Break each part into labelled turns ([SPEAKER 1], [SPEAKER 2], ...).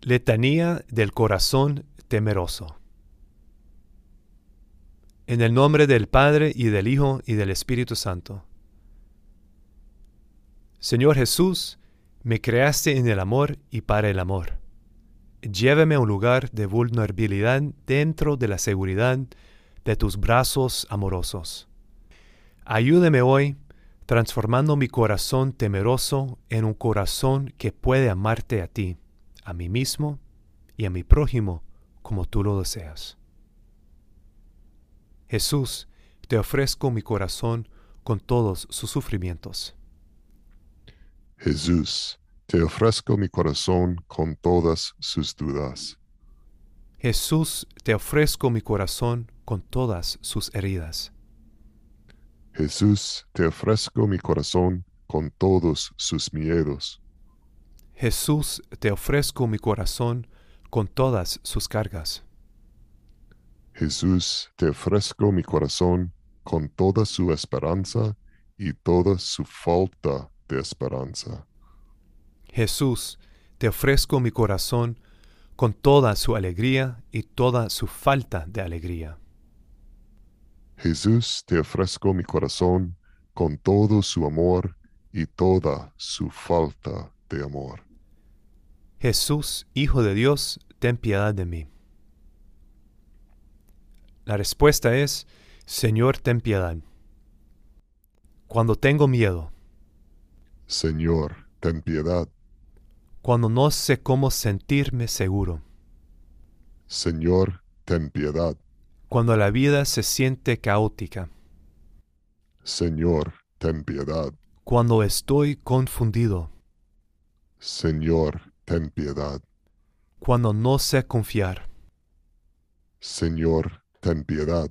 [SPEAKER 1] Letanía del corazón temeroso. En el nombre del Padre y del Hijo y del Espíritu Santo. Señor Jesús, me creaste en el amor y para el amor. Llévame a un lugar de vulnerabilidad dentro de la seguridad de tus brazos amorosos. Ayúdame hoy, transformando mi corazón temeroso en un corazón que puede amarte a ti a mí mismo y a mi prójimo como tú lo deseas. Jesús, te ofrezco mi corazón con todos sus sufrimientos.
[SPEAKER 2] Jesús, te ofrezco mi corazón con todas sus dudas.
[SPEAKER 1] Jesús, te ofrezco mi corazón con todas sus heridas.
[SPEAKER 2] Jesús, te ofrezco mi corazón con todos sus miedos.
[SPEAKER 1] Jesús, te ofrezco mi corazón con todas sus cargas.
[SPEAKER 2] Jesús, te ofrezco mi corazón con toda su esperanza y toda su falta de esperanza.
[SPEAKER 1] Jesús, te ofrezco mi corazón con toda su alegría y toda su falta de alegría.
[SPEAKER 2] Jesús, te ofrezco mi corazón con todo su amor y toda su falta de amor.
[SPEAKER 1] Jesús, Hijo de Dios, ten piedad de mí. La respuesta es, Señor, ten piedad. Cuando tengo miedo.
[SPEAKER 2] Señor, ten piedad.
[SPEAKER 1] Cuando no sé cómo sentirme seguro.
[SPEAKER 2] Señor, ten piedad.
[SPEAKER 1] Cuando la vida se siente caótica.
[SPEAKER 2] Señor, ten piedad.
[SPEAKER 1] Cuando estoy confundido.
[SPEAKER 2] Señor, ten piedad.
[SPEAKER 1] Cuando no sé confiar.
[SPEAKER 2] Señor, ten piedad.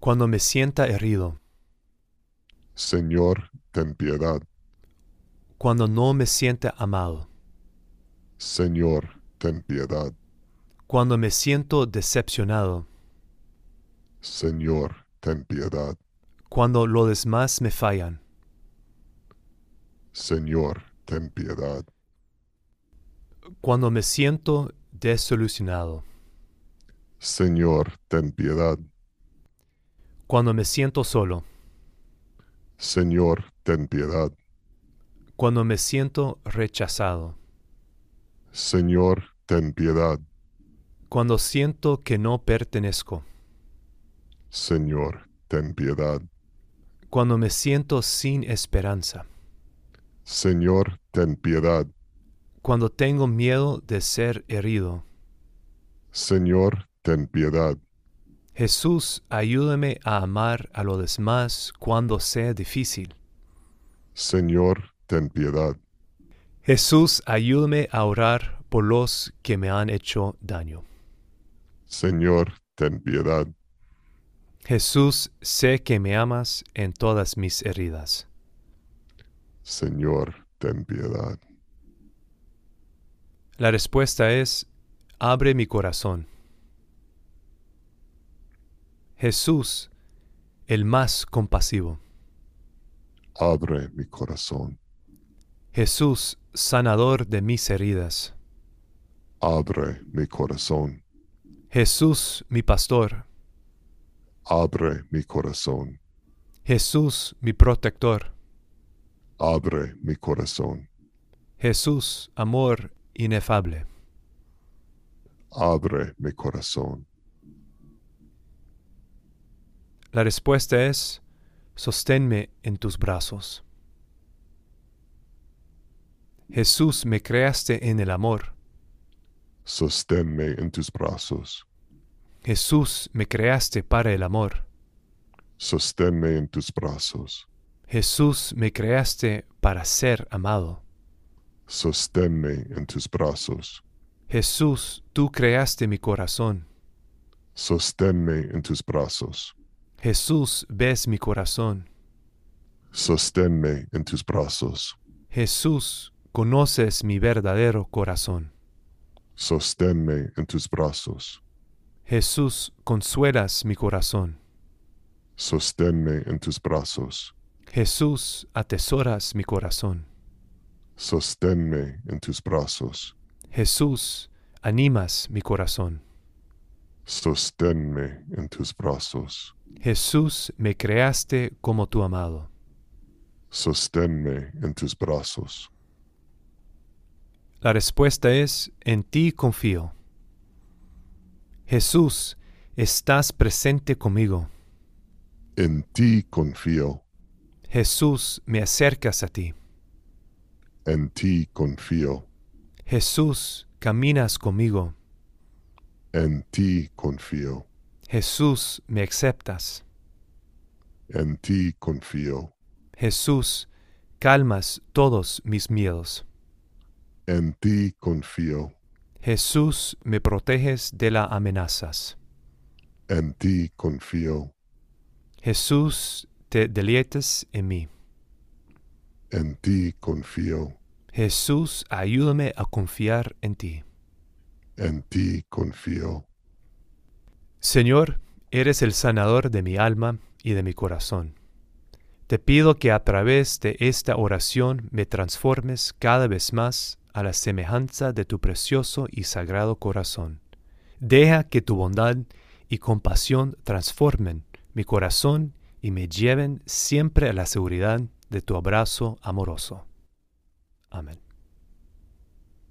[SPEAKER 1] Cuando me sienta herido.
[SPEAKER 2] Señor, ten piedad.
[SPEAKER 1] Cuando no me sienta amado.
[SPEAKER 2] Señor, ten piedad.
[SPEAKER 1] Cuando me siento decepcionado.
[SPEAKER 2] Señor, ten piedad.
[SPEAKER 1] Cuando los demás me fallan.
[SPEAKER 2] Señor, ten piedad.
[SPEAKER 1] Cuando me siento desolucionado.
[SPEAKER 2] Señor, ten piedad.
[SPEAKER 1] Cuando me siento solo.
[SPEAKER 2] Señor, ten piedad.
[SPEAKER 1] Cuando me siento rechazado.
[SPEAKER 2] Señor, ten piedad.
[SPEAKER 1] Cuando siento que no pertenezco.
[SPEAKER 2] Señor, ten piedad.
[SPEAKER 1] Cuando me siento sin esperanza.
[SPEAKER 2] Señor, ten piedad.
[SPEAKER 1] Cuando tengo miedo de ser herido.
[SPEAKER 2] Señor, ten piedad.
[SPEAKER 1] Jesús, ayúdame a amar a los demás cuando sea difícil.
[SPEAKER 2] Señor, ten piedad.
[SPEAKER 1] Jesús, ayúdame a orar por los que me han hecho daño.
[SPEAKER 2] Señor, ten piedad.
[SPEAKER 1] Jesús, sé que me amas en todas mis heridas.
[SPEAKER 2] Señor, ten piedad.
[SPEAKER 1] La respuesta es, abre mi corazón. Jesús, el más compasivo.
[SPEAKER 2] Abre mi corazón.
[SPEAKER 1] Jesús, sanador de mis heridas.
[SPEAKER 2] Abre mi corazón.
[SPEAKER 1] Jesús, mi pastor.
[SPEAKER 2] Abre mi corazón.
[SPEAKER 1] Jesús, mi protector.
[SPEAKER 2] Abre mi corazón.
[SPEAKER 1] Jesús, amor inefable.
[SPEAKER 2] Abre mi corazón.
[SPEAKER 1] La respuesta es, sosténme en tus brazos. Jesús, me creaste en el amor.
[SPEAKER 2] Sosténme en tus brazos.
[SPEAKER 1] Jesús, me creaste para el amor.
[SPEAKER 2] Sosténme en tus brazos.
[SPEAKER 1] Jesús, me creaste para ser amado.
[SPEAKER 2] Sosténme en tus brazos.
[SPEAKER 1] Jesús, tú creaste mi corazón.
[SPEAKER 2] Sosténme en tus brazos.
[SPEAKER 1] Jesús, ves mi corazón.
[SPEAKER 2] Sosténme en tus brazos.
[SPEAKER 1] Jesús, conoces mi verdadero corazón.
[SPEAKER 2] Sosténme en tus brazos.
[SPEAKER 1] Jesús, consuelas mi corazón.
[SPEAKER 2] Sosténme en tus brazos.
[SPEAKER 1] Jesús, atesoras mi corazón.
[SPEAKER 2] Sosténme en tus brazos.
[SPEAKER 1] Jesús, animas mi corazón.
[SPEAKER 2] Sosténme en tus brazos.
[SPEAKER 1] Jesús, me creaste como tu amado.
[SPEAKER 2] Sosténme en tus brazos.
[SPEAKER 1] La respuesta es, en ti confío. Jesús, estás presente conmigo.
[SPEAKER 2] En ti confío.
[SPEAKER 1] Jesús, me acercas a ti.
[SPEAKER 2] En ti confío.
[SPEAKER 1] Jesús, caminas conmigo.
[SPEAKER 2] En ti confío.
[SPEAKER 1] Jesús, me aceptas.
[SPEAKER 2] En ti confío.
[SPEAKER 1] Jesús, calmas todos mis miedos.
[SPEAKER 2] En ti confío.
[SPEAKER 1] Jesús, me proteges de las amenazas.
[SPEAKER 2] En ti confío.
[SPEAKER 1] Jesús, te deleites en mí.
[SPEAKER 2] En ti confío.
[SPEAKER 1] Jesús, ayúdame a confiar en ti.
[SPEAKER 2] En ti confío.
[SPEAKER 1] Señor, eres el sanador de mi alma y de mi corazón. Te pido que a través de esta oración me transformes cada vez más a la semejanza de tu precioso y sagrado corazón. Deja que tu bondad y compasión transformen mi corazón y me lleven siempre a la seguridad de tu abrazo amoroso. Amén.